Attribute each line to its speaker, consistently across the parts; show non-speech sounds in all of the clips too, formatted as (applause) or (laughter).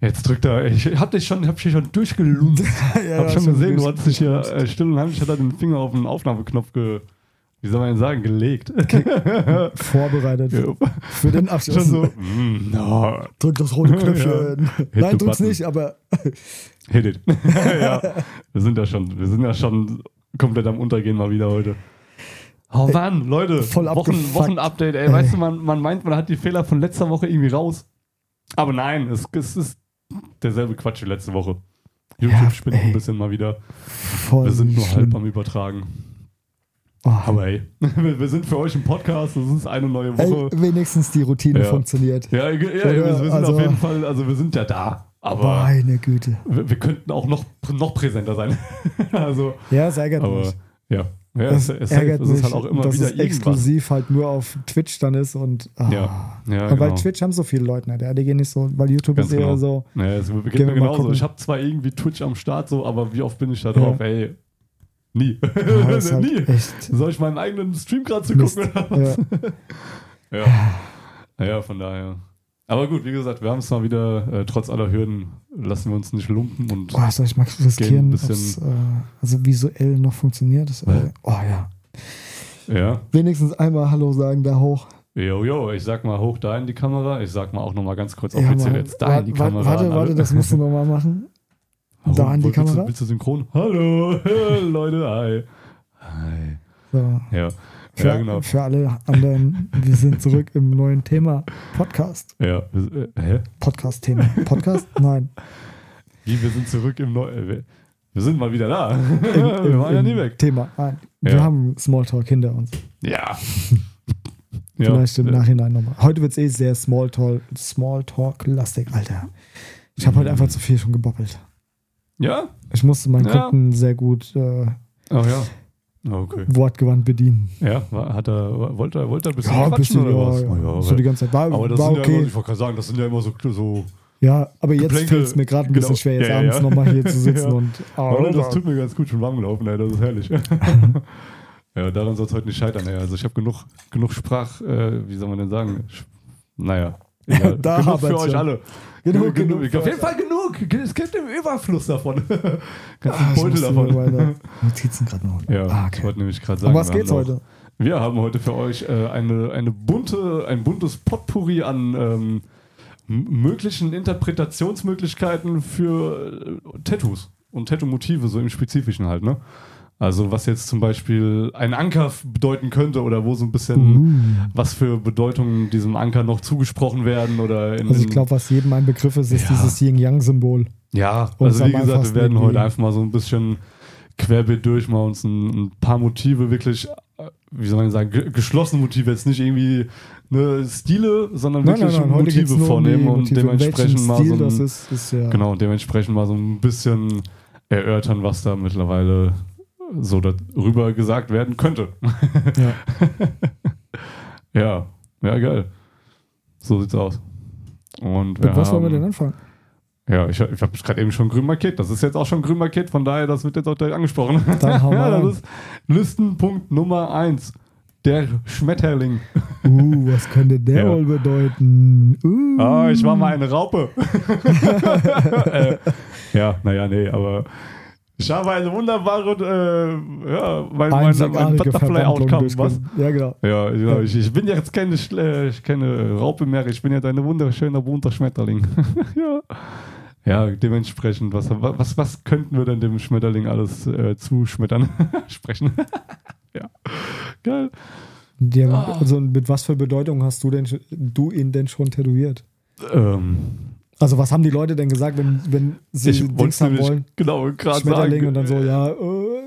Speaker 1: Jetzt drückt er. Ich hab dich schon, hab dich schon durchgelumpt.
Speaker 2: ja,
Speaker 1: hab
Speaker 2: ja,
Speaker 1: schon
Speaker 2: so
Speaker 1: gesehen, du
Speaker 2: gewesen.
Speaker 1: hast dich hier äh, still und heimlich hat er den Finger auf den Aufnahmeknopf ge. Wie soll man denn sagen? Gelegt. (laughs)
Speaker 2: vorbereitet
Speaker 1: Ja.
Speaker 2: für
Speaker 1: (laughs)
Speaker 2: den Abschluss.
Speaker 1: schon so. Mm, no,
Speaker 2: Drück das
Speaker 1: (laughs)
Speaker 2: rote Knöpfchen.
Speaker 1: the
Speaker 2: Nein, drück's
Speaker 1: button.
Speaker 2: nicht, aber
Speaker 1: hit it. (laughs) ja, wir sind ja schon, wir sind ja schon komplett am Untergehen mal wieder heute. Oh Mann, Leute,
Speaker 2: Voll
Speaker 1: Wochen,
Speaker 2: abgefuckt.
Speaker 1: Wochenupdate, ey. Weißt du, man, man meint, man hat die Fehler von letzter Woche irgendwie raus. Aber nein, es, es ist derselbe Quatsch wie letzte Woche. YouTube
Speaker 2: Ja,
Speaker 1: spinnt ein
Speaker 2: ey.
Speaker 1: bisschen mal wieder.
Speaker 2: voll
Speaker 1: Wir sind nur halb
Speaker 2: schlimm.
Speaker 1: am Übertragen.
Speaker 2: Oh.
Speaker 1: Aber ey, (laughs) wir, wir sind für euch im Podcast, es ist eine neue
Speaker 2: Ey,
Speaker 1: Woche.
Speaker 2: wenigstens die Routine
Speaker 1: Also- Ja.
Speaker 2: funktioniert.
Speaker 1: ja, ja, ja, wir, wir sind
Speaker 2: Also-
Speaker 1: auf jeden Fall, also wir sind ja da. Aber
Speaker 2: Meine Güte.
Speaker 1: wir, wir könnten auch noch, noch präsenter sein. (laughs) also,
Speaker 2: Ja, es ärgert
Speaker 1: aber
Speaker 2: mich.
Speaker 1: ja. ja
Speaker 2: Es
Speaker 1: es, es,
Speaker 2: ärgert
Speaker 1: es
Speaker 2: mich,
Speaker 1: ist halt auch immer
Speaker 2: dass
Speaker 1: wieder
Speaker 2: es
Speaker 1: irgendwas.
Speaker 2: exklusiv halt nur auf Twitch dann ist und ah.
Speaker 1: Ja, ja,
Speaker 2: Und weil
Speaker 1: genau.
Speaker 2: Twitch haben so viele Leute nicht, ja, die gehen nicht so, weil YouTube
Speaker 1: Ganz
Speaker 2: ist eher
Speaker 1: genau. (laughs)
Speaker 2: so,
Speaker 1: Ja, es geht
Speaker 2: Gehen
Speaker 1: mir
Speaker 2: wir mal
Speaker 1: genauso.
Speaker 2: gucken.
Speaker 1: Ich habe zwar irgendwie Twitch am Start, so, aber wie oft bin ich da drauf?
Speaker 2: Ja.
Speaker 1: Ey, nie. (laughs)
Speaker 2: ja, ist halt
Speaker 1: nie.
Speaker 2: echt
Speaker 1: Soll ich meinen eigenen Stream gerade zu
Speaker 2: Mist.
Speaker 1: gucken? oder was?
Speaker 2: Ja,
Speaker 1: Ja. Naja, von daher. Aber gut, wie gesagt, wir haben es mal wieder, äh, trotz aller Hürden, lassen wir uns nicht lumpen und
Speaker 2: boah, soll ich mal
Speaker 1: Gehen ein
Speaker 2: riskieren,
Speaker 1: bisschen-
Speaker 2: ob's, äh, also visuell noch funktioniert? Das, äh,
Speaker 1: Weil-
Speaker 2: oh ja.
Speaker 1: ja.
Speaker 2: Wenigstens einmal Hallo sagen da hoch.
Speaker 1: Jo, jo, ich sag mal hoch da in die Kamera. Ich sag mal auch nochmal ganz kurz
Speaker 2: Ja,
Speaker 1: offiziell
Speaker 2: Mann.
Speaker 1: jetzt da in die
Speaker 2: Wa- wa-
Speaker 1: Kamera.
Speaker 2: Warte,
Speaker 1: an alle.
Speaker 2: warte, das musst du nochmal machen.
Speaker 1: Warum?
Speaker 2: da in die
Speaker 1: Willst du-
Speaker 2: Kamera?
Speaker 1: Willst du synchron? Hallo, (laughs) Leute, hi. Hi.
Speaker 2: So.
Speaker 1: Ja,
Speaker 2: Für,
Speaker 1: ja genau.
Speaker 2: für alle anderen, wir sind zurück im neuen Thema. Podcast.
Speaker 1: Ja. äh, Hä?
Speaker 2: Podcast-Thema. Podcast?
Speaker 1: (laughs)
Speaker 2: Nein.
Speaker 1: Wie, wir sind zurück im Neu... äh, wir- Wir sind mal wieder da. (laughs) wir
Speaker 2: Im-
Speaker 1: waren ja
Speaker 2: im
Speaker 1: nie weg.
Speaker 2: Thema. Nein. Wir
Speaker 1: Ja.
Speaker 2: haben Smalltalk hinter uns.
Speaker 1: Ja.
Speaker 2: Vielleicht im
Speaker 1: äh,
Speaker 2: Nachhinein nochmal. Heute wird es eh sehr Smalltalk, Smalltalk-lastig, Alter. Ich habe heute einfach zu viel schon geboppelt.
Speaker 1: Ja?
Speaker 2: Ich musste meinen
Speaker 1: Ja.
Speaker 2: Kunden sehr gut äh,
Speaker 1: Oh ja. Okay.
Speaker 2: wortgewandt bedienen.
Speaker 1: Ja, war, hat er, wollte er, wollte er ein bisschen quatschen oder was? Oh
Speaker 2: ja, ja.
Speaker 1: aber-
Speaker 2: So die ganze Zeit. War,
Speaker 1: aber das
Speaker 2: war
Speaker 1: sind ja immer,
Speaker 2: okay.
Speaker 1: ich wollte gerade sagen, das sind ja immer so, so
Speaker 2: Ja, aber jetzt
Speaker 1: Geplänkel.
Speaker 2: fällt es mir gerade ein bisschen
Speaker 1: Genau.
Speaker 2: schwer, jetzt
Speaker 1: Ja, ja,
Speaker 2: abends
Speaker 1: ja. (laughs)
Speaker 2: nochmal hier zu sitzen
Speaker 1: Ja.
Speaker 2: und. ah,
Speaker 1: aber das tut mir ganz gut schon warm gelaufen, ey, das ist
Speaker 2: (laughs)
Speaker 1: herrlich. ja, daran soll es heute nicht scheitern, ey. Also ich habe genug, genug Sprach, äh, wie soll man denn sagen? Sch- Naja. Egal.
Speaker 2: (laughs) Da
Speaker 1: genug für
Speaker 2: habert's
Speaker 1: euch
Speaker 2: schon.
Speaker 1: alle.
Speaker 2: Genug, genug
Speaker 1: Ich-
Speaker 2: für
Speaker 1: Auf
Speaker 2: euch
Speaker 1: jeden Fall genug. Es gibt einen Überfluss davon. (laughs) Ganz
Speaker 2: Ah,
Speaker 1: einen
Speaker 2: ich
Speaker 1: Beutel
Speaker 2: musste mir meine
Speaker 1: (laughs) davon.
Speaker 2: Notizen gerade noch. holen.
Speaker 1: Ja,
Speaker 2: ah,
Speaker 1: ich
Speaker 2: okay.
Speaker 1: wollte nämlich gerade sagen. Also
Speaker 2: Um was
Speaker 1: wir
Speaker 2: geht's
Speaker 1: haben noch-
Speaker 2: heute?
Speaker 1: Wir haben heute für euch äh, eine, eine bunte, ein buntes Potpourri an ähm, m- möglichen Interpretationsmöglichkeiten für äh, Tattoos und Tattoo-Motive, so im Spezifischen halt, ne? Also was jetzt zum Beispiel ein Anker f- bedeuten könnte oder wo so ein bisschen
Speaker 2: Mhm.
Speaker 1: was für Bedeutungen diesem Anker noch zugesprochen werden oder in,
Speaker 2: Also ich
Speaker 1: in-
Speaker 2: glaube, was jedem ein Begriff ist, ist
Speaker 1: Ja.
Speaker 2: dieses Yin-Yang-Symbol.
Speaker 1: ja,
Speaker 2: Um es
Speaker 1: also wie
Speaker 2: am
Speaker 1: gesagt, wir
Speaker 2: einfachsten
Speaker 1: werden heute
Speaker 2: irgendwie-
Speaker 1: einfach mal so ein bisschen querbeet durch, mal uns ein, ein paar Motive wirklich, äh, wie soll man sagen, ge- geschlossene Motive, jetzt nicht irgendwie ne, Stile, sondern
Speaker 2: Nein, nein,
Speaker 1: wirklich
Speaker 2: nein, heute geht's
Speaker 1: Motive
Speaker 2: nur um die
Speaker 1: vornehmen und
Speaker 2: Motive.
Speaker 1: dementsprechend
Speaker 2: Welchen
Speaker 1: mal
Speaker 2: Stil
Speaker 1: so ein,
Speaker 2: das ist, ist ja
Speaker 1: genau, und dementsprechend mal so ein bisschen erörtern, was da mittlerweile so darüber gesagt werden könnte.
Speaker 2: Ja.
Speaker 1: ja, ja, geil. So sieht's aus. Und
Speaker 2: Mit
Speaker 1: wir
Speaker 2: was wollen wir
Speaker 1: haben-
Speaker 2: denn anfangen?
Speaker 1: ja, ich, ich habe gerade eben schon grün markiert. Das ist jetzt auch schon grün markiert, von daher, das wird jetzt auch direkt angesprochen. (laughs)
Speaker 2: Dann hau mal
Speaker 1: ja,
Speaker 2: rein.
Speaker 1: das ist Listenpunkt Nummer 1. Der Schmetterling.
Speaker 2: Uh, was könnte der
Speaker 1: Ja.
Speaker 2: wohl bedeuten? Uh,
Speaker 1: Ah, ich war mal eine Raupe. äh, (laughs) ja, naja, nee, aber ich habe eine wunderbare, äh, ja, mein, mein, mein
Speaker 2: einzigartige Verwandlung
Speaker 1: Butterfly-Outcome, was?
Speaker 2: durchgeführt. Ja, genau.
Speaker 1: Ja, genau. Ich, ich bin jetzt keine, Schle- äh, ich keine Raupe mehr, ich bin jetzt ein wunderschöner bunter Schmetterling. (laughs) ja. ja, dementsprechend, was, was, was könnten wir denn dem Schmetterling alles äh, zuschmettern? (laughs) Sprechen. ja. Geil.
Speaker 2: Der,
Speaker 1: Ah.
Speaker 2: Also mit was für Bedeutung hast du, denn, sch- du ihn denn schon tätowiert?
Speaker 1: Ähm,
Speaker 2: Also was haben die Leute denn gesagt, wenn, wenn sie
Speaker 1: ich
Speaker 2: Dings
Speaker 1: wollte
Speaker 2: haben
Speaker 1: nämlich
Speaker 2: wollen?
Speaker 1: genau gerade
Speaker 2: Schmetterling
Speaker 1: sagen.
Speaker 2: und dann so, ja, äh,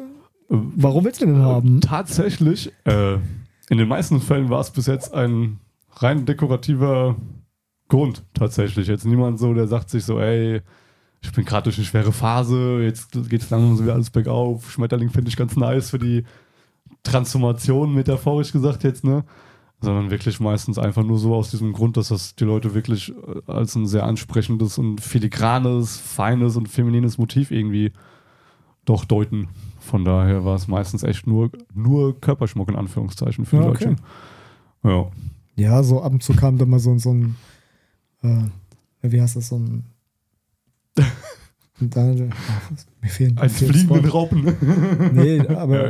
Speaker 2: warum willst du den denn haben?
Speaker 1: Und tatsächlich, äh, in den meisten Fällen war es bis jetzt ein rein dekorativer Grund tatsächlich. Jetzt niemand so, der sagt sich so, ey, ich bin gerade durch eine schwere Phase, jetzt geht es langsam so wieder alles bergauf. Schmetterling finde ich ganz nice für die Transformation, metaphorisch gesagt jetzt, ne? Sondern wirklich meistens einfach nur so aus diesem Grund, dass das die Leute wirklich äh, als ein sehr ansprechendes und filigranes, feines und feminines Motiv irgendwie doch deuten. Von daher war es meistens echt nur, nur Körperschmuck in Anführungszeichen für die
Speaker 2: Ja, okay.
Speaker 1: Leute. Ja. (laughs)
Speaker 2: Ja, so ab und zu kam dann mal so, ein- so ein, äh, wie heißt das, so ein Und da, ach, mir fehlen
Speaker 1: Als
Speaker 2: fehlen
Speaker 1: fliegenden
Speaker 2: Worte.
Speaker 1: Raupen.
Speaker 2: Nee, aber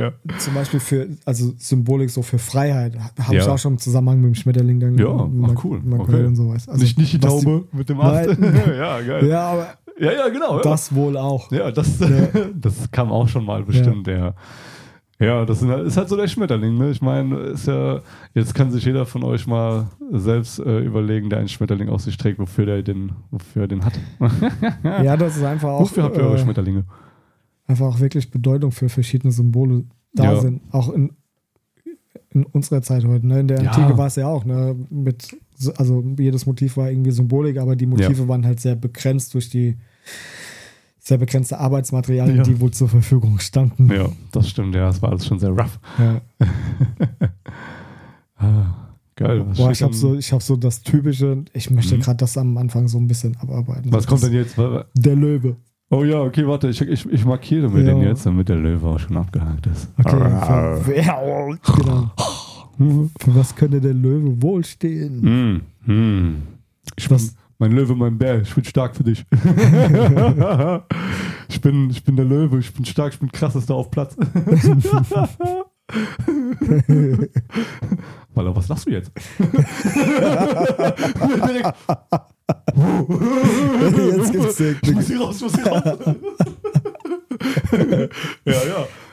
Speaker 1: (laughs) Ja,
Speaker 2: zum Beispiel für, also Symbolik so für Freiheit, habe ich
Speaker 1: Ja.
Speaker 2: auch schon im Zusammenhang mit dem Schmetterling dann
Speaker 1: Ja, ach,
Speaker 2: mal-
Speaker 1: cool.
Speaker 2: mal
Speaker 1: Okay.
Speaker 2: gehört und sowas. Also,
Speaker 1: nicht, nicht die
Speaker 2: was
Speaker 1: Taube mit dem Ast.
Speaker 2: Nein.
Speaker 1: (laughs) ja,
Speaker 2: die-
Speaker 1: geil. (laughs)
Speaker 2: Ja, aber
Speaker 1: Ja, ja, genau. ja.
Speaker 2: das wohl auch.
Speaker 1: Ja, das, (laughs) das kam auch schon mal bestimmt, ja. Ja, das sind halt- ist halt so der Schmetterling, ne? Ich meine, ist ja, jetzt kann sich jeder von euch mal selbst äh, überlegen, der einen Schmetterling auf sich trägt, wofür der den, wofür er den hat.
Speaker 2: Ja, das ist einfach auch,
Speaker 1: wofür habt ihr eure
Speaker 2: äh,
Speaker 1: Schmetterlinge?
Speaker 2: einfach auch wirklich Bedeutung für verschiedene Symbole da
Speaker 1: Ja.
Speaker 2: sind. Auch in, in unserer Zeit heute. Ne? In der
Speaker 1: Ja.
Speaker 2: Antike war es ja auch, ne? Mit, so- also jedes Motiv war irgendwie Symbolik, aber die Motive waren halt sehr begrenzt durch die sehr begrenzte Arbeitsmaterialien,
Speaker 1: Ja.
Speaker 2: die wohl zur Verfügung standen.
Speaker 1: Ja, das stimmt, ja, es war alles schon sehr rough.
Speaker 2: Ja.
Speaker 1: Ah, geil. Was,
Speaker 2: Boah,
Speaker 1: steht
Speaker 2: ich habe
Speaker 1: denn-
Speaker 2: so, ich hab so das typische, ich möchte
Speaker 1: Mhm.
Speaker 2: gerade das am Anfang so ein bisschen abarbeiten.
Speaker 1: was kommt
Speaker 2: Das-
Speaker 1: denn jetzt?
Speaker 2: Der Löwe.
Speaker 1: Oh ja, okay, warte, ich, ich, ich markiere mir
Speaker 2: Ja.
Speaker 1: den jetzt, damit der Löwe auch schon abgehakt ist.
Speaker 2: Okay,
Speaker 1: Arr.
Speaker 2: für, ja, genau.
Speaker 1: (laughs)
Speaker 2: für was könnte der Löwe wohl stehen?
Speaker 1: Mm, mm. Ich bin
Speaker 2: Das- (laughs)
Speaker 1: mein Löwe, mein Bär, ich bin stark für dich. ich, bin, ich bin der Löwe, ich bin stark, ich bin krassester auf Platz.
Speaker 2: (laughs)
Speaker 1: Maler, was lachst du
Speaker 2: (laughs)
Speaker 1: jetzt? Direkt,
Speaker 2: Jetzt gibt's den
Speaker 1: ich
Speaker 2: Klick.
Speaker 1: muss hier raus, ich muss hier
Speaker 2: (laughs)
Speaker 1: raus. ja,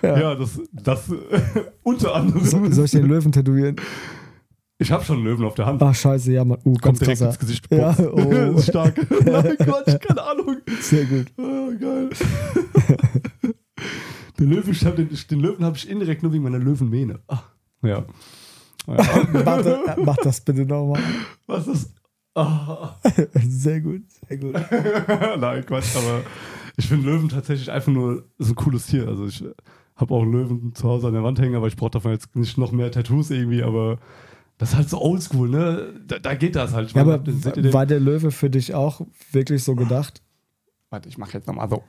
Speaker 1: ja, ja, das, das (laughs) unter
Speaker 2: So,
Speaker 1: anderem.
Speaker 2: soll ich den Löwen tätowieren?
Speaker 1: ich habe schon einen Löwen auf der Hand.
Speaker 2: Ach, scheiße, ja, Mann. Uh,
Speaker 1: Kommt
Speaker 2: ganz
Speaker 1: direkt
Speaker 2: krasser.
Speaker 1: ins Gesicht.
Speaker 2: Ja,
Speaker 1: Boah.
Speaker 2: oh.
Speaker 1: Ist (laughs)
Speaker 2: (laughs)
Speaker 1: Stark. Nein, Quatsch, keine Ahnung.
Speaker 2: Sehr gut.
Speaker 1: Ah, geil. (laughs) den Löwen, ich hab den, den Löwen habe ich indirekt nur wegen meiner Löwenmähne. Ah, ja. ja.
Speaker 2: Mach das, mach das bitte nochmal.
Speaker 1: (laughs) Was ist. Ah.
Speaker 2: Sehr gut, sehr gut.
Speaker 1: (laughs) Nein, Quatsch, aber ich finde Löwen tatsächlich einfach nur so ein cooles Tier. Also ich habe auch einen Löwen zu Hause an der Wand hängen, aber ich brauche davon jetzt nicht noch mehr Tattoos irgendwie, aber. Das ist halt so oldschool, ne? Da, da geht das halt. Ich
Speaker 2: Ja,
Speaker 1: meine,
Speaker 2: aber
Speaker 1: den- seht ihr den-
Speaker 2: war der Löwe für dich auch wirklich so gedacht?
Speaker 1: Warte, ich mache jetzt nochmal so.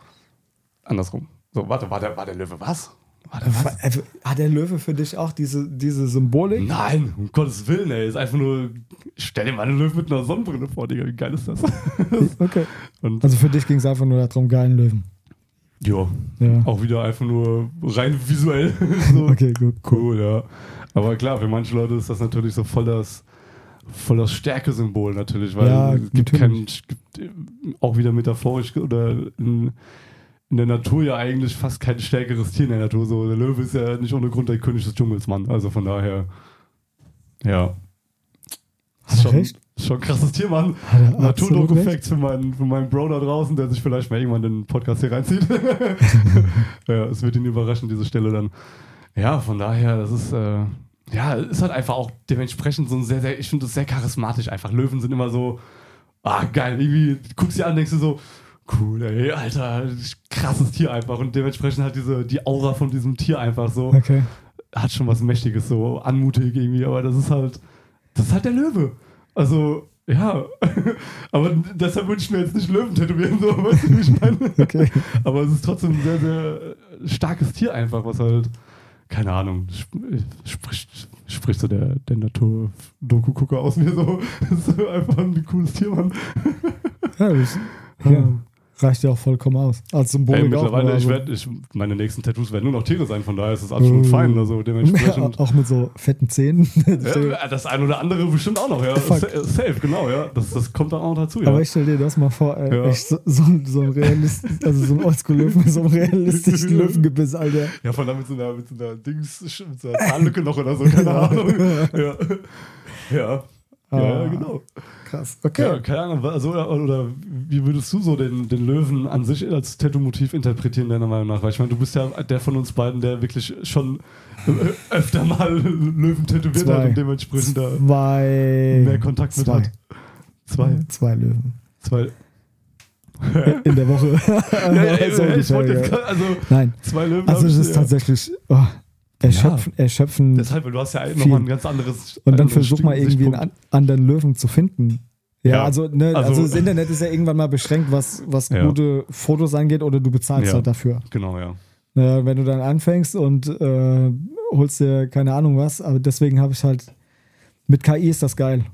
Speaker 1: Andersrum. So, warte, war der, war der Löwe was? War Ah, der
Speaker 2: War, äh, hat der Löwe für dich auch diese, diese Symbolik?
Speaker 1: Nein, um Gottes Willen, ey. Ist einfach nur, stell dir mal einen Löwen mit einer Sonnenbrille vor, Digga. Wie geil ist das?
Speaker 2: Okay.
Speaker 1: Und
Speaker 2: Also für dich ging es einfach nur darum, geilen Löwen.
Speaker 1: ja,
Speaker 2: Ja.
Speaker 1: auch wieder einfach nur rein visuell. so.
Speaker 2: Okay, gut.
Speaker 1: Cool, ja. Aber klar, für manche Leute ist das natürlich so voll das, voll das Stärke-Symbol natürlich, weil
Speaker 2: Ja,
Speaker 1: es gibt kein,
Speaker 2: natürlich.
Speaker 1: es gibt äh, auch wieder metaphorisch oder in, in der Natur ja eigentlich fast kein stärkeres Tier in der Natur. So, der Löwe ist ja nicht ohne Grund der König des Dschungels, Mann. Also von daher, ja.
Speaker 2: Hat er
Speaker 1: schon,
Speaker 2: recht?
Speaker 1: schon ein krasses Tier, Mann.
Speaker 2: Hat er absolut recht?
Speaker 1: Naturdoku-Facts für meinen, für meinen Bro da draußen, der sich vielleicht mal irgendwann den Podcast hier
Speaker 2: (laughs)
Speaker 1: reinzieht. ja, es wird ihn überraschen, diese Stelle dann. Ja, von daher, das ist, äh, ja, ist halt einfach auch dementsprechend so ein sehr, sehr, ich finde das sehr charismatisch einfach. Löwen sind immer so, ah, geil, irgendwie guckst dir an, denkst du so, cool, ey, Alter, krasses Tier einfach. Und dementsprechend halt diese, die Aura von diesem Tier einfach so
Speaker 2: Okay.
Speaker 1: hat schon was Mächtiges, so anmutig irgendwie, aber das ist halt, das ist halt der Löwe. Also, ja, (laughs) aber deshalb wünsche ich mir jetzt nicht Löwen tätowieren, so, (laughs) weißt du, wie ich meine?
Speaker 2: (laughs) Okay.
Speaker 1: Aber es ist trotzdem ein sehr, sehr starkes Tier einfach, was halt, keine Ahnung, sp spricht, spricht so der, der Natur-Doku-Gucker aus mir so. (laughs) Das ist einfach ein cooles Tier, Mann.
Speaker 2: Ja, das, ja. Reicht ja auch vollkommen aus. Als Symbolik
Speaker 1: Ey,
Speaker 2: auch.
Speaker 1: mittlerweile,
Speaker 2: aber- Mm.
Speaker 1: ich werd, ich, meine nächsten Tattoos werden nur noch Tiere sein, von daher ist es absolut fein,
Speaker 2: (laughs)
Speaker 1: also dementsprechend.
Speaker 2: auch mit so fetten Zähnen.
Speaker 1: Ja, das ein oder andere bestimmt auch noch, ja.
Speaker 2: Fuck.
Speaker 1: Sa- Safe, genau, ja. Das, das kommt dann auch noch dazu, ja.
Speaker 2: Aber ich stell dir das mal vor, ey,
Speaker 1: Ja.
Speaker 2: echt so, so, ein- so ein realistischen, also so ein Oldschool-Löwen mit so einem
Speaker 1: (laughs)
Speaker 2: realistischen Löwengebiss, Alter.
Speaker 1: ja, von da mit so einer, mit so einer Dings, mit so einer Zahnlücke noch oder so, keine Ahnung. Ja. Ja. Ja,
Speaker 2: Ah,
Speaker 1: genau.
Speaker 2: Krass. Okay.
Speaker 1: Ja, keine Ahnung. Also, oder, oder wie würdest du so den, den Löwen an sich als Tattoo-Motiv interpretieren, deiner Meinung nach? Weil ich meine, du bist ja der von uns beiden, der wirklich schon äh, öfter mal Löwen tätowiert hat
Speaker 2: Zwei.
Speaker 1: und dementsprechend da
Speaker 2: Zwei.
Speaker 1: mehr Kontakt mit
Speaker 2: Zwei.
Speaker 1: hat. Zwei.
Speaker 2: Zwei Löwen.
Speaker 1: Zwei.
Speaker 2: In der Woche.
Speaker 1: (laughs)
Speaker 2: (laughs)
Speaker 1: Ja, ja,
Speaker 2: So
Speaker 1: ja, ich
Speaker 2: ungefähr,
Speaker 1: wollte
Speaker 2: ja.
Speaker 1: jetzt, also
Speaker 2: Nein.
Speaker 1: Zwei Löwen.
Speaker 2: Also
Speaker 1: hab
Speaker 2: es
Speaker 1: ich,
Speaker 2: ist tatsächlich oh, erschöpfen, erschöpfen.
Speaker 1: Deshalb, weil du hast ja
Speaker 2: Viel.
Speaker 1: nochmal ein ganz anderes.
Speaker 2: Und dann
Speaker 1: anderes
Speaker 2: versuch mal irgendwie einen
Speaker 1: Sichtpunkt.
Speaker 2: an- anderen Löwen zu finden. Ja,
Speaker 1: Ja,
Speaker 2: Also, ne, also,
Speaker 1: also- (laughs)
Speaker 2: das Internet ist ja irgendwann mal beschränkt, was, was
Speaker 1: Ja.
Speaker 2: gute Fotos angeht oder du bezahlst
Speaker 1: Ja.
Speaker 2: halt dafür.
Speaker 1: Genau, ja.
Speaker 2: Naja, Ne, wenn du dann anfängst und äh, holst dir keine Ahnung was, aber deswegen habe ich halt, mit KI ist das geil.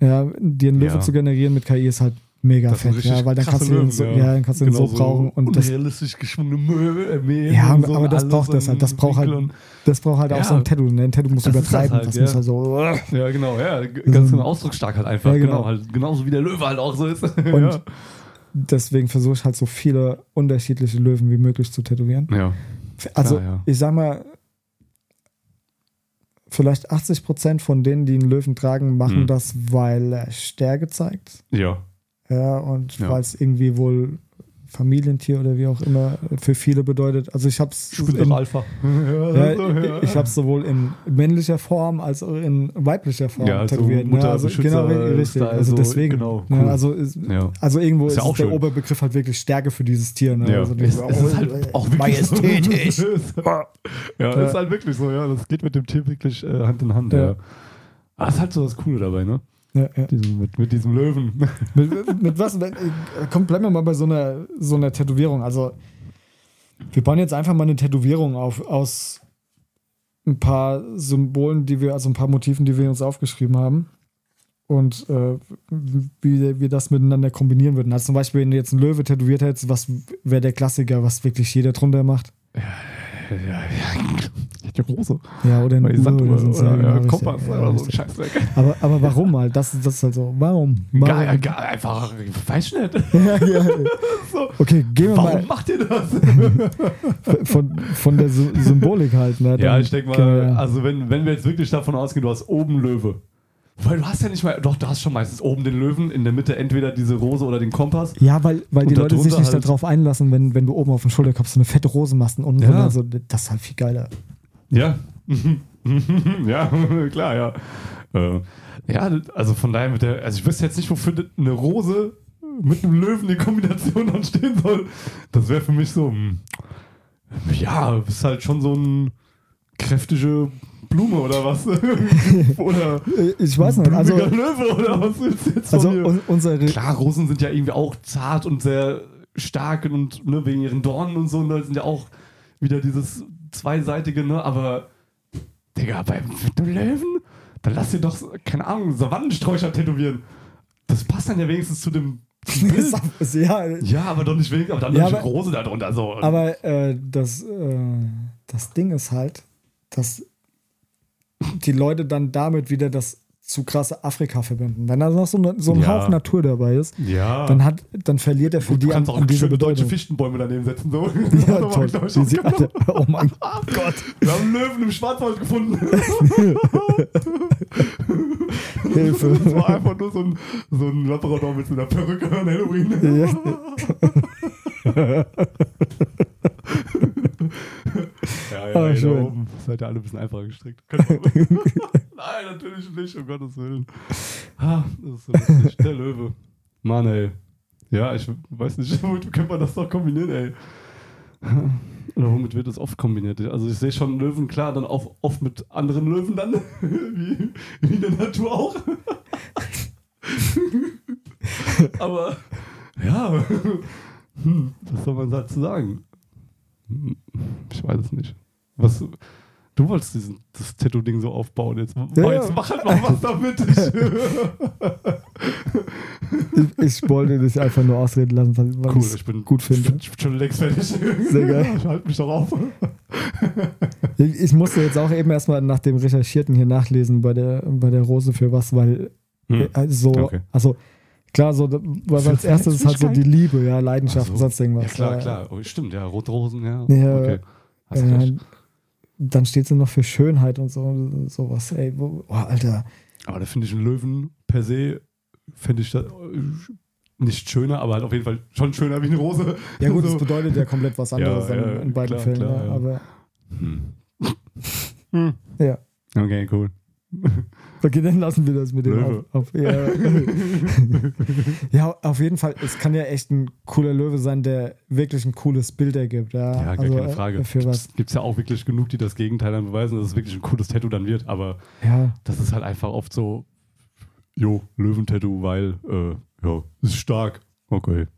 Speaker 2: Ja, dir einen Löwe
Speaker 1: Ja.
Speaker 2: zu generieren mit KI ist halt Mega
Speaker 1: Das sind
Speaker 2: fett, ja,
Speaker 1: richtig
Speaker 2: weil dann kannst
Speaker 1: krasse
Speaker 2: du den
Speaker 1: Möwen,
Speaker 2: so,
Speaker 1: ja.
Speaker 2: ja. dann kannst du den so
Speaker 1: Genauso
Speaker 2: brauchen und das,
Speaker 1: unrealistisch geschwungene Mö- äh, Mähen
Speaker 2: Ja,
Speaker 1: und
Speaker 2: aber das
Speaker 1: alles
Speaker 2: braucht das
Speaker 1: im
Speaker 2: halt. Das braucht halt-
Speaker 1: Winkel und-
Speaker 2: das braucht halt
Speaker 1: Ja.
Speaker 2: auch so ein Tattoo. Ne? Ein Tattoo musst du
Speaker 1: Das ist das
Speaker 2: übertreiben,
Speaker 1: halt,
Speaker 2: das
Speaker 1: ja.
Speaker 2: muss halt so. Und
Speaker 1: Ja, genau, ja. g- Ganz genau, ausdrucksstark halt einfach.
Speaker 2: Ja,
Speaker 1: genau.
Speaker 2: genau.
Speaker 1: halt, genauso wie der Löwe halt auch so ist. (laughs) ja.
Speaker 2: deswegen versuche ich halt so viele unterschiedliche Löwen wie möglich zu tätowieren.
Speaker 1: ja.
Speaker 2: Also,
Speaker 1: Klar, ja.
Speaker 2: ich sag mal, vielleicht 80 Prozent von denen, die einen Löwen tragen, machen
Speaker 1: Mhm.
Speaker 2: das, weil er Stärke zeigt.
Speaker 1: Ja.
Speaker 2: Ja, und
Speaker 1: Ja.
Speaker 2: weil es irgendwie wohl Familientier oder wie auch immer für viele bedeutet. Also, ich hab's.
Speaker 1: Ich bin
Speaker 2: in-
Speaker 1: doch Alpha.
Speaker 2: Ja, ich- ich habe es sowohl in männlicher Form als auch in weiblicher Form
Speaker 1: Ja, so
Speaker 2: tätowiert.
Speaker 1: Mutter,
Speaker 2: ne? also,
Speaker 1: Beschützer,
Speaker 2: genau, ri- richtig.
Speaker 1: Style,
Speaker 2: Also
Speaker 1: so,
Speaker 2: deswegen.
Speaker 1: genau,
Speaker 2: ne?
Speaker 1: cool.
Speaker 2: also, ist,
Speaker 1: Ja.
Speaker 2: also irgendwo
Speaker 1: Ist
Speaker 2: ist,
Speaker 1: ja auch
Speaker 2: der
Speaker 1: schön.
Speaker 2: Oberbegriff halt wirklich Stärke für dieses Tier. Ne?
Speaker 1: Ja.
Speaker 2: Also,
Speaker 1: es, es ist
Speaker 2: oh,
Speaker 1: halt auch wirklich
Speaker 2: majestätisch.
Speaker 1: So. (laughs) ja, es ist halt wirklich so, ja. Das geht mit dem Tier wirklich äh, Hand in Hand, ja.
Speaker 2: Ja.
Speaker 1: Ah, das ist halt so das Coole dabei, ne?
Speaker 2: ja, ja.
Speaker 1: Diesen, mit, mit diesem Löwen.
Speaker 2: mit, mit was? Wenn, äh, komm, bleiben wir mal bei so einer, so einer Tätowierung. Also, wir bauen jetzt einfach mal eine Tätowierung auf aus ein paar Symbolen, die wir, also ein paar Motiven, die wir uns aufgeschrieben haben. Und äh, wie wir das miteinander kombinieren würden. Also zum Beispiel, wenn du jetzt einen Löwe tätowiert hättest, was wäre der Klassiker, was wirklich jeder drunter macht?
Speaker 1: ja, ja. Die Rose.
Speaker 2: Ja, oder eine
Speaker 1: Oder die
Speaker 2: Uhr
Speaker 1: Sanduhr.
Speaker 2: oder
Speaker 1: Oder,
Speaker 2: sonst
Speaker 1: oder,
Speaker 2: irgendwas.
Speaker 1: ja, Kompass.
Speaker 2: Ja,
Speaker 1: oder so ein
Speaker 2: richtig.
Speaker 1: Scheißwerk.
Speaker 2: aber, aber warum halt? Das, das ist halt so. Warum? warum?
Speaker 1: Geil, geil, einfach, ich weiß nicht.
Speaker 2: (laughs) Ja, geil.
Speaker 1: (laughs) So.
Speaker 2: Okay, gehen wir mal.
Speaker 1: Warum macht ihr das?
Speaker 2: von, von der Sy- Symbolik halt. Ne?
Speaker 1: Ja,
Speaker 2: Dann-
Speaker 1: ich denke mal,
Speaker 2: genau, ja.
Speaker 1: also wenn, wenn wir jetzt wirklich davon ausgehen, du hast oben Löwe. Weil du hast ja nicht mal, doch, du hast schon meistens oben den Löwen, in der Mitte entweder diese Rose oder den Kompass.
Speaker 2: ja, weil, weil die
Speaker 1: und
Speaker 2: Leute sich
Speaker 1: darunter
Speaker 2: nicht
Speaker 1: halt-
Speaker 2: darauf einlassen, wenn, wenn du oben auf dem Schulterkopf so eine fette Rose machst und unten
Speaker 1: Ja.
Speaker 2: drunter so, das ist halt viel geiler.
Speaker 1: Ja. (laughs) ja, (laughs) klar, ja. Äh, ja, also von daher mit der, also ich wüsste jetzt nicht, wofür eine Rose mit einem Löwen die Kombination dann stehen soll. Das wäre für mich so, hm, ja, ist halt schon so ein kräftige Blume oder was. (laughs) oder
Speaker 2: Ich weiß nicht, also,
Speaker 1: blumiger Löwe oder was willst du jetzt
Speaker 2: also
Speaker 1: von mir?
Speaker 2: un
Speaker 1: (laughs)
Speaker 2: unsere,
Speaker 1: Klar, Rosen sind ja irgendwie auch zart und sehr stark und ne, wegen ihren Dornen und so, ne, sind ja auch wieder dieses zweiseitige, ne, aber Digga, beim du Löwen, dann lass dir doch, keine Ahnung, Savannensträucher tätowieren. Das passt dann ja wenigstens zu dem Bild.
Speaker 2: (laughs) ja,
Speaker 1: Ja, aber doch nicht wenigstens, aber dann
Speaker 2: Ja,
Speaker 1: ja, eine
Speaker 2: aber-
Speaker 1: Rose da drunter. So.
Speaker 2: aber äh, das, äh, das Ding ist halt, dass die Leute dann damit wieder das zu krasse Afrika verbinden. Wenn da noch so, ne, so ein
Speaker 1: Ja.
Speaker 2: Hauch Natur dabei ist,
Speaker 1: ja.
Speaker 2: dann, hat, dann verliert er für
Speaker 1: du
Speaker 2: die an,
Speaker 1: kannst auch
Speaker 2: an diese
Speaker 1: schöne deutsche
Speaker 2: Bedeutung.
Speaker 1: Fichtenbäume daneben setzen. (laughs) So.
Speaker 2: Ja,
Speaker 1: Aber
Speaker 2: toll.
Speaker 1: ich glaub, ich
Speaker 2: Die
Speaker 1: auch
Speaker 2: sie-
Speaker 1: genau.
Speaker 2: oh mein Gott.
Speaker 1: Oh Gott. Wir haben einen Löwen im Schwarzwald gefunden.
Speaker 2: Hilfe.
Speaker 1: (laughs) Das war einfach nur so ein, so ein Labrador mit so einer Perücke an Halloween.
Speaker 2: Ja.
Speaker 1: Ja,
Speaker 2: Ah,
Speaker 1: ja,
Speaker 2: schön.
Speaker 1: da oben seid ihr alle ein bisschen einfacher gestrickt. (laughs) Könnt ihr- Nein, natürlich nicht, um Gottes Willen. Ah, das ist so lustig. Der Löwe. Mann, ey. Ja, ich weiß nicht, (laughs) womit könnte man das doch kombinieren, ey. Oder womit wird das oft kombiniert? Also ich sehe schon Löwen, klar, dann auch oft mit anderen Löwen dann, (laughs) wie, wie in der Natur auch. Aber ja, hm, was soll man dazu sagen? Hm, Ich weiß es nicht. Was, du wolltest diesen, das Tattoo-Ding so aufbauen. Jetzt,
Speaker 2: Ja,
Speaker 1: jetzt
Speaker 2: ja.
Speaker 1: mach halt mal was damit.
Speaker 2: (laughs)
Speaker 1: Ich,
Speaker 2: Ich, (laughs) ich wollte dich einfach nur ausreden lassen, weil, weil
Speaker 1: cool,
Speaker 2: ich's
Speaker 1: ich bin
Speaker 2: gut finde.
Speaker 1: Ich bin schon längst fertig.
Speaker 2: Sehr geil.
Speaker 1: (laughs) Ich halte mich doch auf.
Speaker 2: Ich, ich musste jetzt auch eben erstmal nach dem Recherchierten hier nachlesen bei der, bei der Rose für was, weil
Speaker 1: Hm.
Speaker 2: äh, also,
Speaker 1: Okay.
Speaker 2: also klar, so da- was
Speaker 1: Für
Speaker 2: als erstes ist halt so die Liebe, ja, Leidenschaft und
Speaker 1: Ach so.
Speaker 2: sonst irgendwas.
Speaker 1: Ja, klar, klar. Oh, stimmt, ja, Rotrosen, ja.
Speaker 2: Ja,
Speaker 1: okay. Hast
Speaker 2: äh,
Speaker 1: recht.
Speaker 2: dann steht sie noch für Schönheit und so sowas. Ey, wo, oh, Alter.
Speaker 1: Aber da finde ich einen Löwen per se, fände ich das äh, nicht schöner, aber halt auf jeden Fall schon schöner wie eine Rose.
Speaker 2: Ja gut,
Speaker 1: (laughs) so.
Speaker 2: das bedeutet ja komplett was anderes
Speaker 1: Ja,
Speaker 2: dann
Speaker 1: ja,
Speaker 2: in beiden
Speaker 1: klar,
Speaker 2: Fällen.
Speaker 1: klar,
Speaker 2: ja,
Speaker 1: ja.
Speaker 2: Aber
Speaker 1: Hm.
Speaker 2: ja.
Speaker 1: Okay, cool.
Speaker 2: Okay, dann lassen wir das mit dem
Speaker 1: Löwe.
Speaker 2: auf. auf ja. (laughs) ja, auf jeden Fall. Es kann ja echt ein cooler Löwe sein, der wirklich ein cooles Bild ergibt. Ja,
Speaker 1: Ja, gar
Speaker 2: Also,
Speaker 1: keine
Speaker 2: äh,
Speaker 1: Frage.
Speaker 2: Für was.
Speaker 1: Gibt es ja auch wirklich genug, die das Gegenteil dann beweisen, dass es wirklich ein cooles Tattoo dann wird, aber
Speaker 2: Ja,
Speaker 1: das ist halt einfach oft so, jo, Löwentattoo, weil, äh, ja, ist stark. Okay.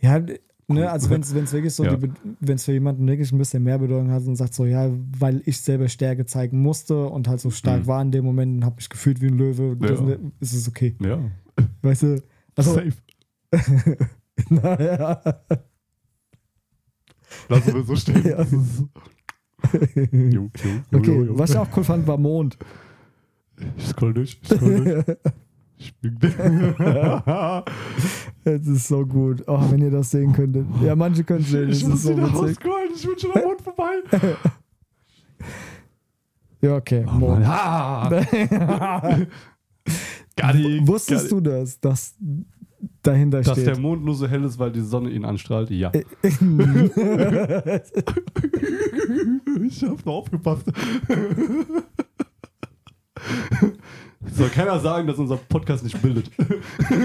Speaker 2: ja ne, also wenn es wirklich so,
Speaker 1: Ja.
Speaker 2: die wenn es für jemanden wirklich ein bisschen mehr Bedeutung hat und sagt so, ja, weil ich selber Stärke zeigen musste und halt so stark
Speaker 1: Mhm.
Speaker 2: war in dem Moment und habe mich gefühlt wie ein Löwe,
Speaker 1: Ja.
Speaker 2: das, ist es okay.
Speaker 1: Ja,
Speaker 2: Weißt du? Also, (laughs)
Speaker 1: safe.
Speaker 2: naja.
Speaker 1: Lassen wir so stehen.
Speaker 2: (laughs) Ja.
Speaker 1: Das ist- Jo, jo, jo, jo,
Speaker 2: Okay,
Speaker 1: jo.
Speaker 2: was ich auch cool fand, war Mond.
Speaker 1: Ich scroll durch, ich scroll
Speaker 2: (laughs)
Speaker 1: durch. Ich bin (laughs)
Speaker 2: Das ist so gut. Oh, wenn ihr das sehen könntet. Ja, manche können sehen. Das
Speaker 1: Ich muss
Speaker 2: ist so
Speaker 1: wieder
Speaker 2: witzig.
Speaker 1: rausscrollen, ich bin schon am Mond
Speaker 2: (laughs)
Speaker 1: vorbei.
Speaker 2: Ja,
Speaker 1: (laughs)
Speaker 2: okay.
Speaker 1: Oh Mann.
Speaker 2: Mond.
Speaker 1: Ah.
Speaker 2: (laughs)
Speaker 1: Gadi,
Speaker 2: Wusstest
Speaker 1: Gadi.
Speaker 2: du das, dass dahinter
Speaker 1: dass der
Speaker 2: steht? Äh,
Speaker 1: Mond nur so hell ist, weil die Sonne ihn anstrahlt? Ja. (laughs) ich hab noch aufgepasst. (laughs) Soll keiner sagen, dass unser Podcast nicht bildet.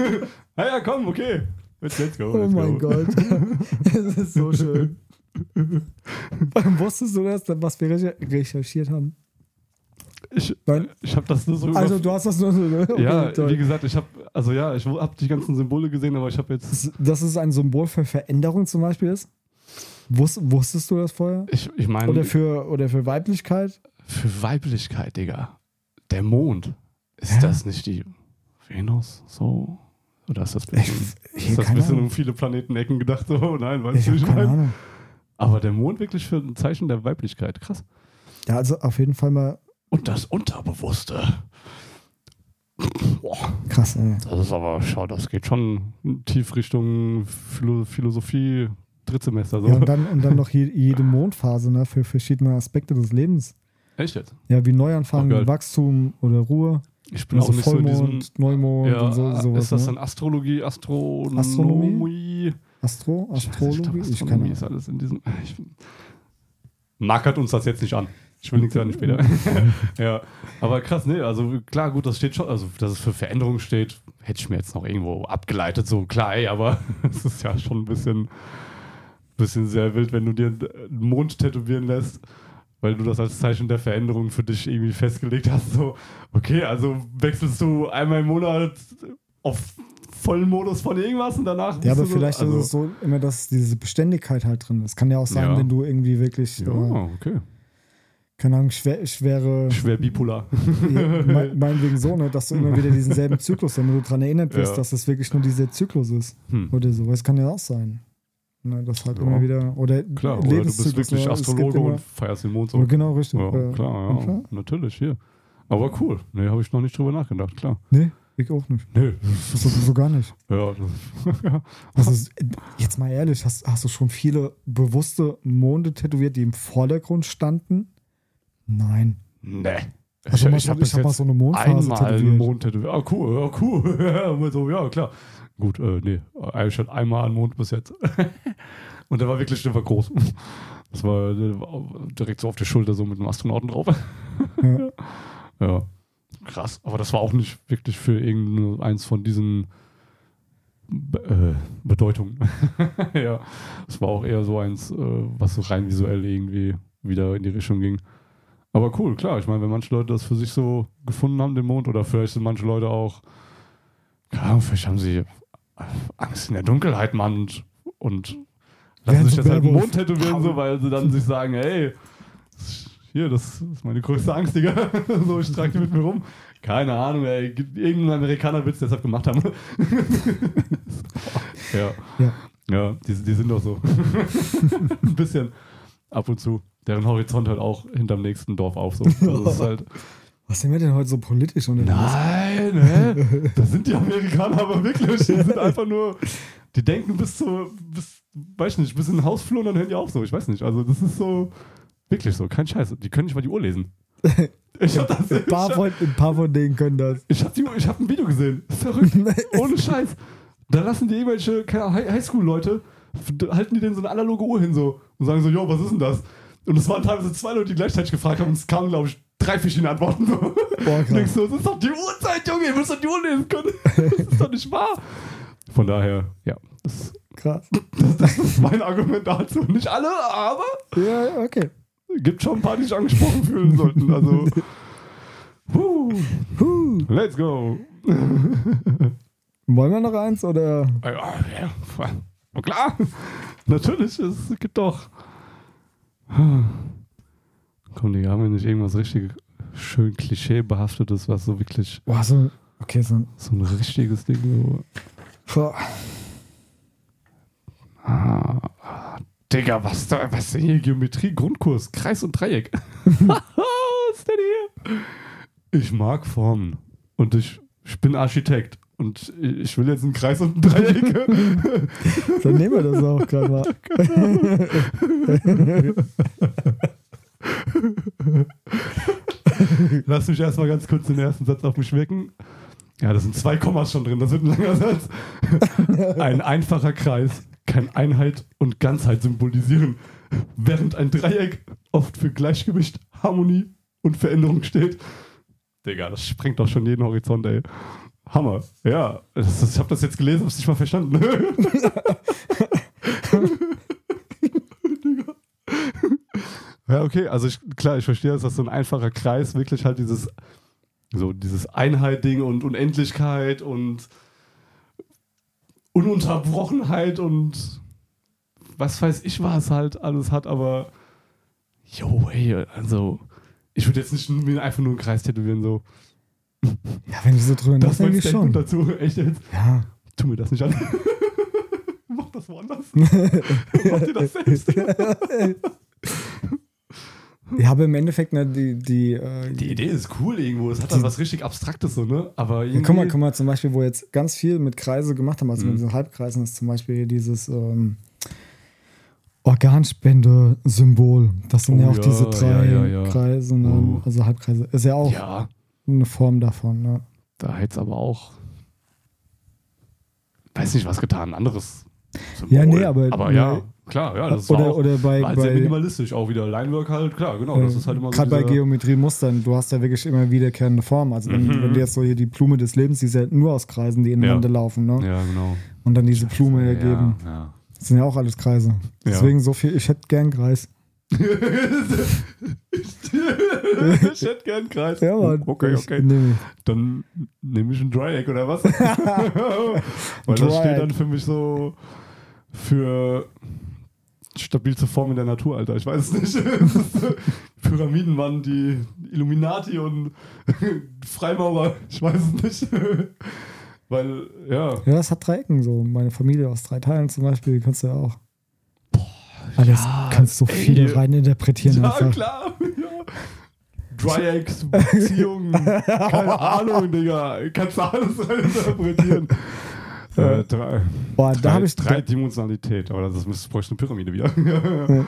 Speaker 1: (laughs) naja, komm, okay. Let's, let's go.
Speaker 2: (laughs) oh
Speaker 1: let's
Speaker 2: mein
Speaker 1: go.
Speaker 2: Gott. Es ist
Speaker 1: (laughs)
Speaker 2: so schön. Wusstest du das, was wir recher- recherchiert haben?
Speaker 1: Ich,
Speaker 2: Nein.
Speaker 1: ich habe das nur so
Speaker 2: Also,
Speaker 1: über-
Speaker 2: du hast das nur so. Okay,
Speaker 1: Ja,
Speaker 2: toll.
Speaker 1: wie gesagt, ich habe also ja, ich habe die ganzen Symbole gesehen, aber ich habe jetzt
Speaker 2: dass, dass es ein Symbol für Veränderung zum Beispiel ist? Wus wusstest du das vorher?
Speaker 1: ich, ich meine
Speaker 2: Oder für, oder für Weiblichkeit?
Speaker 1: für Weiblichkeit, Digga. Der Mond. Ist
Speaker 2: Ja.
Speaker 1: das nicht die Venus so? Oder ist das ein bisschen,
Speaker 2: Ich-
Speaker 1: ist das ein
Speaker 2: keine
Speaker 1: bisschen
Speaker 2: Ahnung.
Speaker 1: um viele Planetenecken gedacht? Oh nein, weißt
Speaker 2: Ich
Speaker 1: du, wie
Speaker 2: habe
Speaker 1: ich
Speaker 2: keine
Speaker 1: meine?
Speaker 2: Ahnung.
Speaker 1: Aber der Mond wirklich für ein Zeichen der Weiblichkeit. Krass.
Speaker 2: Ja, also auf jeden Fall mal
Speaker 1: Und das Unterbewusste. Boah,
Speaker 2: krass. Ey.
Speaker 1: das ist aber, schau, das geht schon tief Richtung Philo Philosophie, Drittsemester. So.
Speaker 2: Ja, und dann, und dann noch je, jede Mondphase ne, für verschiedene Aspekte des Lebens.
Speaker 1: Echt jetzt?
Speaker 2: Ja, wie Neuanfang,
Speaker 1: Oh, geil.
Speaker 2: Wachstum oder Ruhe.
Speaker 1: Ich bin
Speaker 2: Also
Speaker 1: auch nicht so in diesem
Speaker 2: Vollmond, Neumond
Speaker 1: Ja,
Speaker 2: und so, sowas.
Speaker 1: ist das
Speaker 2: ne?
Speaker 1: dann Astrologie, Astronomie?
Speaker 2: Astronomie? Astro,
Speaker 1: Ich weiß nicht, ich glaub,
Speaker 2: Astrologie? Ich kann
Speaker 1: Astronomie ist alles in diesem. (laughs) Ich Markert uns das jetzt nicht an. Ich will nichts sagen (laughs) später. ja, aber krass, nee, also klar, gut, das steht schon, also dass es für Veränderung steht, hätte ich mir jetzt noch irgendwo abgeleitet, so klar, ey, aber (laughs) es ist ja schon ein bisschen, bisschen sehr wild, wenn du dir einen Mond tätowieren lässt, weil du das als Zeichen der Veränderung für dich irgendwie festgelegt hast, so, okay, also wechselst du einmal im Monat auf vollen Modus von irgendwas und danach.
Speaker 2: Ja,
Speaker 1: bist
Speaker 2: aber
Speaker 1: du
Speaker 2: vielleicht
Speaker 1: also,
Speaker 2: ist es so immer, dass diese Beständigkeit halt drin ist. Kann ja auch sein,
Speaker 1: Ja.
Speaker 2: wenn du irgendwie wirklich, äh,
Speaker 1: Ja, okay.
Speaker 2: keine Ahnung, schwer,
Speaker 1: (laughs)
Speaker 2: schwere
Speaker 1: Schwer bipolar.
Speaker 2: Ja, mein- meinetwegen so, ne, dass du immer wieder diesen selben Zyklus, damit du daran erinnert wirst,
Speaker 1: Ja.
Speaker 2: dass es wirklich nur dieser Zyklus ist
Speaker 1: Hm.
Speaker 2: oder so. Das kann ja auch sein. Ne, das halt
Speaker 1: Ja.
Speaker 2: immer wieder. Oder
Speaker 1: Klar, oder du bist
Speaker 2: Lebenszyklus,
Speaker 1: wirklich
Speaker 2: ne, es gibt
Speaker 1: Astrologe
Speaker 2: immer-
Speaker 1: und feierst den Mond so.
Speaker 2: Ja, genau, richtig.
Speaker 1: Ja,
Speaker 2: Äh,
Speaker 1: klar, ja,
Speaker 2: klar.
Speaker 1: natürlich, hier. Aber cool. Nee, habe ich noch nicht drüber nachgedacht, klar.
Speaker 2: Nee, ich auch nicht.
Speaker 1: Nee.
Speaker 2: So, so gar nicht.
Speaker 1: Ja, das, ja.
Speaker 2: Also, es- jetzt mal ehrlich, hast, hast du schon viele bewusste Monde tätowiert, die im Vordergrund standen? Nein.
Speaker 1: Nee.
Speaker 2: Also, ich, ich habe
Speaker 1: bis
Speaker 2: hab mal
Speaker 1: jetzt
Speaker 2: so eine Mondphase
Speaker 1: einmal einen
Speaker 2: tätowiert.
Speaker 1: Mond tätowiert. Ah, cool, ja, cool. (laughs) Ja, immer so, ja, klar. Gut, äh, nee. Ich hatte einmal einen Mond bis jetzt. (laughs) Und der war wirklich der war groß. Das war, der war direkt so auf der Schulter, so mit einem Astronauten drauf.
Speaker 2: Ja.
Speaker 1: (laughs) Ja. Krass. Aber das war auch nicht wirklich für irgendeins von diesen Be- äh, Bedeutungen. (laughs) ja. Es war auch eher so eins, äh, was so rein visuell irgendwie wieder in die Richtung ging. Aber cool, klar. Ich meine, wenn manche Leute das für sich so gefunden haben, den Mond, oder vielleicht sind manche Leute auch, keine Ahnung, vielleicht haben sie Angst in der Dunkelheit, Mann, und, und lassen
Speaker 2: Werden
Speaker 1: sich
Speaker 2: so
Speaker 1: deshalb den Mond
Speaker 2: Werwolf.
Speaker 1: tätowieren, so, weil sie dann sich sagen, hey, hier, das ist meine größte Angst, Digga. (laughs) so, ich trage die mit mir rum. Keine Ahnung, ey, irgendein Amerikaner wird es deshalb gemacht haben. (laughs) ja.
Speaker 2: Ja.
Speaker 1: Ja, die, die sind doch so. (laughs) Ein bisschen. Ab und zu. Deren Horizont hört auch hinterm nächsten Dorf auf. So. Das ist halt,
Speaker 2: Was sind wir denn heute so politisch unterwegs?
Speaker 1: Nein, hä? Das sind die Amerikaner aber wirklich. Die sind einfach nur. Die denken bis zu. Bis, weiß nicht, bis in den Hausflur und dann hören die auf so. Ich weiß nicht. Also, das ist so. Wirklich so, kein Scheiß. Die können nicht mal die Uhr
Speaker 2: (laughs)
Speaker 1: lesen. Ich hab, das,
Speaker 2: Ein
Speaker 1: (laughs)
Speaker 2: paar,
Speaker 1: ich hab,
Speaker 2: von, ein paar von denen können das.
Speaker 1: ich hab, die, Uhr- ich hab ein Video gesehen. Verrückt.
Speaker 2: (laughs)
Speaker 1: Ohne Scheiß. Da lassen die irgendwelche keine Ahnung, High- Highschool-Leute, f- halten die denen so eine analoge Uhr hin so und sagen so, jo, was ist denn das? Und es waren teilweise zwei Leute, die gleichzeitig gefragt haben und es kamen, glaube ich, drei verschiedene Antworten. (laughs) So.
Speaker 2: Boah, krass.
Speaker 1: Denkst du, das ist doch die Uhrzeit, Junge, ihr müsst doch die Uhr lesen können. (laughs) Das ist doch nicht wahr. Von daher, ja, das,
Speaker 2: Krass.
Speaker 1: das ist mein (laughs) Argument dazu. Nicht alle, aber
Speaker 2: Ja, okay.
Speaker 1: gibt schon ein paar, die sich angesprochen fühlen sollten. Also,
Speaker 2: (laughs)
Speaker 1: puh,
Speaker 2: Huh.
Speaker 1: let's go.
Speaker 2: Wollen wir noch eins oder?
Speaker 1: Ah, Ja, ja, na klar, natürlich, es gibt doch. Komm, Digga, haben wir nicht irgendwas richtig schön klischeebehaftetes, was so wirklich
Speaker 2: Boah, so. Okay, so.
Speaker 1: so ein richtiges Ding so.
Speaker 2: Boah.
Speaker 1: Digga, was, da, was denn hier? Geometrie, Grundkurs, Kreis und Dreieck. was ist denn hier? Ich mag Formen und ich, ich bin Architekt und ich will jetzt einen Kreis und ein Dreieck.
Speaker 2: Dann nehmen wir das auch gerade mal.
Speaker 1: (laughs) Lass mich erstmal ganz kurz den ersten Satz auf mich wirken. Ja, das sind zwei Kommas schon drin, das wird ein langer Satz. Ein einfacher Kreis kann Einheit und Ganzheit symbolisieren, während ein Dreieck oft für Gleichgewicht, Harmonie und Veränderung steht. Digga, das sprengt doch schon jeden Horizont, ey. Hammer. Ja, das, das, ich habe das jetzt gelesen, hab's nicht mal verstanden. (laughs) Digga. ja, okay, also ich, klar, ich verstehe, dass das so ein einfacher Kreis wirklich halt dieses, so dieses Einheit-Ding und Unendlichkeit und Ununterbrochenheit und was weiß ich, was halt alles hat, aber yo, ey, also ich würde jetzt nicht mir einfach nur einen Kreis tätowieren, so.
Speaker 2: Ja, wenn du so drüber
Speaker 1: Das ist mein
Speaker 2: nachdenkst,
Speaker 1: Statement
Speaker 2: schon.
Speaker 1: dazu. Echt jetzt.
Speaker 2: Ja.
Speaker 1: Tu mir das nicht an. (laughs) Mach das
Speaker 2: (laughs)
Speaker 1: woanders. Mach dir das selbst.
Speaker 2: Ja, aber im Endeffekt, ne, die, die, äh,
Speaker 1: Die Idee ist cool irgendwo. Es hat dann was richtig Abstraktes so, ne? Aber irgendwie...
Speaker 2: Ja, guck mal, guck mal, zum Beispiel, wo jetzt ganz viel mit Kreise gemacht haben, also
Speaker 1: Mhm.
Speaker 2: mit diesen Halbkreisen, ist zum Beispiel dieses ähm, Organspende-Symbol. Das sind
Speaker 1: Oh
Speaker 2: ja auch
Speaker 1: ja,
Speaker 2: diese drei
Speaker 1: ja, ja, ja.
Speaker 2: Kreise, ne?
Speaker 1: Oh.
Speaker 2: also Halbkreise. Ist ja auch
Speaker 1: Ja,
Speaker 2: eine Form davon. Ne?
Speaker 1: da hätte es aber auch... Weiß nicht, was getan. Anderes Symbol.
Speaker 2: Ja, nee, aber-
Speaker 1: Aber ja,
Speaker 2: nee.
Speaker 1: klar. Ja, das war
Speaker 2: Oder,
Speaker 1: auch,
Speaker 2: oder bei,
Speaker 1: war halt sehr
Speaker 2: bei
Speaker 1: minimalistisch. Auch wieder Linework halt. Klar, genau. das ist halt immer so
Speaker 2: Ähm, gerade bei
Speaker 1: dieser-
Speaker 2: Geometriemustern, du hast ja wirklich immer wiederkehrende Formen. Also wenn,
Speaker 1: Mhm.
Speaker 2: wenn du jetzt so hier die Blume des Lebens, die ist ja halt nur aus Kreisen, die ineinander laufen, ne?
Speaker 1: Ja, genau.
Speaker 2: Und dann diese Blume ergeben.
Speaker 1: Ja, ja.
Speaker 2: Das sind ja auch alles Kreise.
Speaker 1: Ja.
Speaker 2: Deswegen so viel, ich hätte gern Kreis.
Speaker 1: (laughs) ich hätte gern einen Kreis.
Speaker 2: Ja, Mann.
Speaker 1: okay,
Speaker 2: Ich-
Speaker 1: okay.
Speaker 2: Nee,
Speaker 1: Dann nehme ich ein Dreieck oder was? (laughs) Weil das steht
Speaker 2: Dreieck.
Speaker 1: dann für mich so für stabilste Form in der Natur, Alter. Ich weiß es nicht. (laughs) Pyramidenmann, die Illuminati und (laughs) Freimaurer. Ich weiß es nicht. (laughs) Weil, ja.
Speaker 2: Ja, es hat drei Ecken so. Meine Familie aus drei Teilen zum Beispiel, die kannst du ja auch. Alles
Speaker 1: ja,
Speaker 2: kannst so
Speaker 1: ey.
Speaker 2: viel reininterpretieren.
Speaker 1: Ja,
Speaker 2: einfach.
Speaker 1: klar. Ja. Dreiecks, Beziehungen, keine Ahnung, Digga. Kannst du alles (laughs) interpretieren. äh, drei,
Speaker 2: Boah, da
Speaker 1: drei,
Speaker 2: habe ich
Speaker 1: drei Dimensionalität, aber das ist, bräuchte eine Pyramide (laughs) wieder.
Speaker 2: Ja.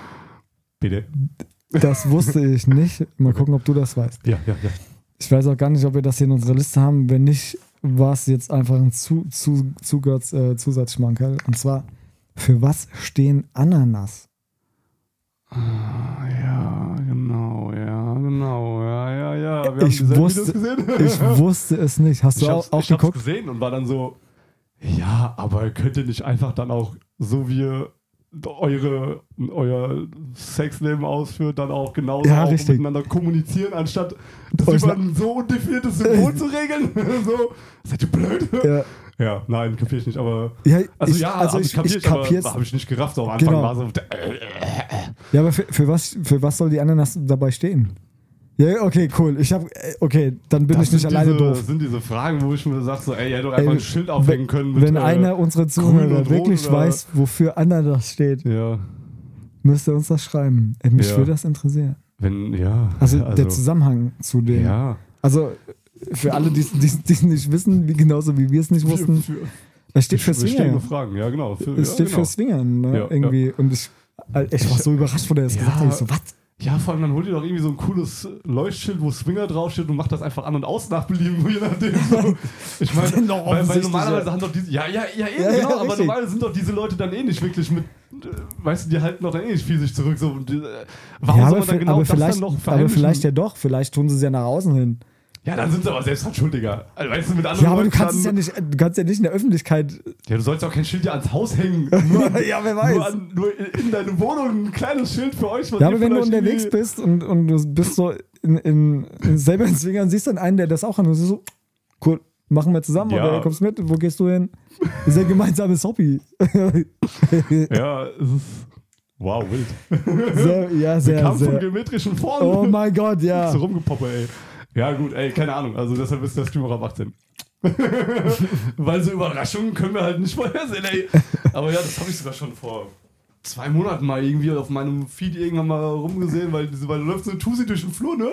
Speaker 1: Bitte?
Speaker 2: Das wusste ich nicht. Mal gucken, ob du das weißt.
Speaker 1: Ja, ja, ja.
Speaker 2: Ich weiß auch gar nicht, ob wir das hier in unserer Liste haben. Wenn nicht, war es jetzt einfach ein zu, zu, Zusatz, äh, Zusatzschmankerl. Und zwar, für was stehen Ananas?
Speaker 1: Ja, genau, ja, genau, ja, ja, ja. Wir haben
Speaker 2: Ich
Speaker 1: dieselben
Speaker 2: wusste-
Speaker 1: Videos (laughs) gesehen.
Speaker 2: Ich wusste es nicht. Hast
Speaker 1: Ich
Speaker 2: du
Speaker 1: hab's,
Speaker 2: auch, auch
Speaker 1: ich hab's
Speaker 2: geguckt?
Speaker 1: gesehen und war dann so, ja, aber könnt ihr nicht einfach dann auch, so wie ihr eure, euer Sexleben ausführt, dann auch genauso
Speaker 2: Ja,
Speaker 1: auch
Speaker 2: richtig.
Speaker 1: miteinander kommunizieren, anstatt das
Speaker 2: Euch
Speaker 1: über ein so undefiniertes Symbol zu regeln? (laughs) so, seid ihr blöd? Ja,
Speaker 2: Ja,
Speaker 1: nein, kapier ich nicht, aber...
Speaker 2: ja,
Speaker 1: Also
Speaker 2: ich,
Speaker 1: ja,
Speaker 2: also
Speaker 1: hab
Speaker 2: ich, ich,
Speaker 1: kapiert,
Speaker 2: kapier's.
Speaker 1: aber habe ich nicht gerafft. so Am Anfang
Speaker 2: Genau.
Speaker 1: war so, äh,
Speaker 2: Ja, aber für, für, was, für was soll die Ananas dabei stehen? Ja, okay, cool. Ich habe okay, dann bin ich nicht
Speaker 1: sind
Speaker 2: alleine
Speaker 1: diese,
Speaker 2: doof.
Speaker 1: sind diese Fragen, wo ich mir sag, so, ey, ihr hättet doch einfach
Speaker 2: Ey,
Speaker 1: ein Schild aufhängen können. Mit,
Speaker 2: Wenn
Speaker 1: äh,
Speaker 2: einer unserer
Speaker 1: grün
Speaker 2: Zuhörer
Speaker 1: und äh,
Speaker 2: wirklich
Speaker 1: rot oder-
Speaker 2: weiß, wofür Ananas steht,
Speaker 1: Ja,
Speaker 2: müsst ihr uns das schreiben. Ey, mich
Speaker 1: Ja.
Speaker 2: würde das interessieren.
Speaker 1: wenn, ja. (laughs)
Speaker 2: Also, der Zusammenhang zu dem.
Speaker 1: Ja.
Speaker 2: Also für alle, die es nicht wissen, wie, genauso wie wir es nicht wussten,
Speaker 1: Für- für-
Speaker 2: das steht für
Speaker 1: Bestehende
Speaker 2: Swinger.
Speaker 1: Fragen, ja genau. Für,
Speaker 2: Es
Speaker 1: ja,
Speaker 2: steht
Speaker 1: genau.
Speaker 2: für Swingern, ne?
Speaker 1: Ja, ja.
Speaker 2: irgendwie. Und ich, Alter, ich war so überrascht, wo der das
Speaker 1: Ja.
Speaker 2: gesagt hat. Ich so, was?
Speaker 1: ja, vor allem dann holt ihr doch irgendwie so ein cooles Leuchtschild, wo Swinger draufsteht und macht das einfach an und aus nach Belieben, (laughs) je nachdem. So. Ich
Speaker 2: Das
Speaker 1: meine,
Speaker 2: ist doch
Speaker 1: weil, weil
Speaker 2: offensichtlich,
Speaker 1: normalerweise
Speaker 2: ja.
Speaker 1: haben doch diese, ja, ja, ja, eben,
Speaker 2: Ja, ja,
Speaker 1: genau, aber
Speaker 2: richtig.
Speaker 1: normalerweise sind doch diese Leute dann eh nicht wirklich mit, äh, weißt du, die halten doch dann eh nicht fiesig zurück. So. Und, äh, warum soll man dann
Speaker 2: vi-
Speaker 1: genau
Speaker 2: aber,
Speaker 1: das
Speaker 2: vielleicht,
Speaker 1: dann noch
Speaker 2: aber
Speaker 1: verheimlichen?
Speaker 2: vielleicht ja doch, vielleicht tun sie es ja nach außen hin.
Speaker 1: Ja, dann sind sie aber selbst dran schuldiger. Also, weißt du, mit anderen
Speaker 2: Ja, aber du
Speaker 1: Leuten
Speaker 2: kannst es ja
Speaker 1: dann,
Speaker 2: nicht, du kannst ja nicht in der Öffentlichkeit.
Speaker 1: ja, du sollst auch kein Schild ja ans Haus
Speaker 2: (laughs)
Speaker 1: hängen. Nur, an,
Speaker 2: ja, wer
Speaker 1: nur, an, nur in- in deine Wohnung ein kleines Schild für euch. was ihr
Speaker 2: Ja, aber wenn du
Speaker 1: vielleicht
Speaker 2: unterwegs
Speaker 1: irgendwie-
Speaker 2: bist und, und du bist so in, in, in selber in Zwingern, siehst dann einen, der das auch hat und du so, cool, machen wir zusammen
Speaker 1: Ja.
Speaker 2: oder kommst mit, wo gehst du hin? Das ist ja ein gemeinsames Hobby.
Speaker 1: Ja, es ist. Wow, wild.
Speaker 2: sehr, ja, sehr,
Speaker 1: Kampf von
Speaker 2: sehr.
Speaker 1: geometrischen
Speaker 2: Oh
Speaker 1: Formen.
Speaker 2: mein Gott, ja.
Speaker 1: so rumgepoppe, ey. Ja, gut, ey, keine Ahnung. Also deshalb ist der Stream auch ab (laughs) 18. Weil so Überraschungen können wir halt nicht vorhersehen, ey. Aber ja, das habe ich sogar schon vor zwei Monaten mal irgendwie auf meinem Feed irgendwann mal rumgesehen, weil, weil da läuft so eine Tusi durch den Flur, ne?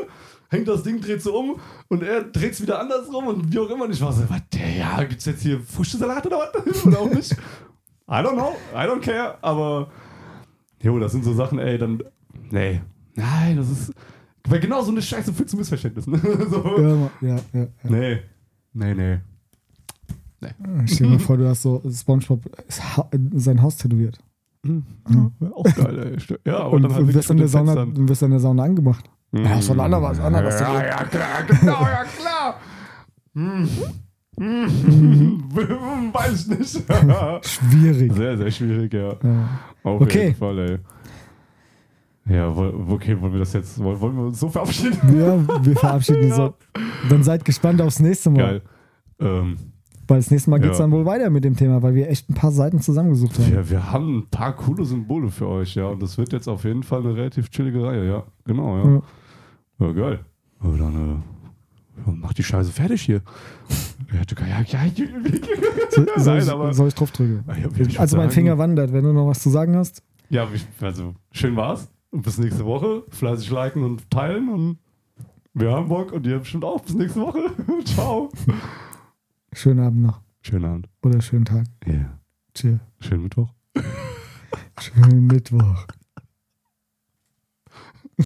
Speaker 1: Hängt das Ding, dreht so um und er dreht es wieder andersrum und wie auch immer. Und ich war so, was, der, ja, gibt's jetzt hier Fuschelsalat oder was? (laughs) oder auch nicht? I don't know, I don't care, aber jo, das sind so Sachen, ey, dann, nee, nein, das ist, weil genau so eine Scheiße führt zu Missverständnissen. (laughs) so.
Speaker 2: Ja, ma- ja, ja. ja.
Speaker 1: Nee, nee, nee.
Speaker 2: Ich stell mir vor, du hast so Spongebob ist ha sein Haus tätowiert.
Speaker 1: Wär Auch geil, ey. St- Ja, aber
Speaker 2: Und,
Speaker 1: dann halt
Speaker 2: und
Speaker 1: wirklich
Speaker 2: wirst, in
Speaker 1: mit den
Speaker 2: der Sauna,
Speaker 1: Fenstern.
Speaker 2: wirst in der Sauna angemacht. Ja, ist doch ein anderer, ist ein anderer, was du
Speaker 1: Mm. Ja, ja, klar, genau, ja, klar. Hm. Hm. (laughs) Weiß ich nicht. (laughs)
Speaker 2: Schwierig.
Speaker 1: sehr, sehr schwierig, ja.
Speaker 2: Ja.
Speaker 1: Auf
Speaker 2: Okay.
Speaker 1: jeden Fall, ey. Ja, wo- okay, wollen wir das jetzt, wollen wollen wir uns so verabschieden?
Speaker 2: Wir, wir verabschieden uns.
Speaker 1: Ja.
Speaker 2: Dann seid gespannt aufs nächste Mal.
Speaker 1: Geil. Ähm,
Speaker 2: Weil das nächste Mal geht es
Speaker 1: Ja.
Speaker 2: dann wohl weiter mit dem Thema, weil wir echt ein paar Seiten zusammengesucht haben.
Speaker 1: ja, wir haben ein paar coole Symbole für euch, ja. Und das wird jetzt auf jeden Fall eine relativ chillige Reihe, ja. Genau, ja.
Speaker 2: Ja.
Speaker 1: Ja, geil. Aber dann, äh, ja, mach die Scheiße fertig hier. Ja, du kannst- ja, ja,
Speaker 2: So,
Speaker 1: ja,
Speaker 2: soll,
Speaker 1: nein,
Speaker 2: ich,
Speaker 1: aber. Ah,
Speaker 2: soll ich drauf drücken?
Speaker 1: Ja, will ich
Speaker 2: Also mein
Speaker 1: sagen.
Speaker 2: Finger wandert, wenn du noch was zu sagen hast.
Speaker 1: Ja, ich- also schön war's. Und bis nächste Woche. Fleißig liken und teilen. Und wir haben Bock und ihr bestimmt auch. Bis nächste Woche. (laughs) Ciao.
Speaker 2: Schönen Abend noch
Speaker 1: Schönen Abend.
Speaker 2: oder schönen Tag.
Speaker 1: Ja.
Speaker 2: Tschö.
Speaker 1: Schönen Mittwoch.
Speaker 2: Schönen Mittwoch.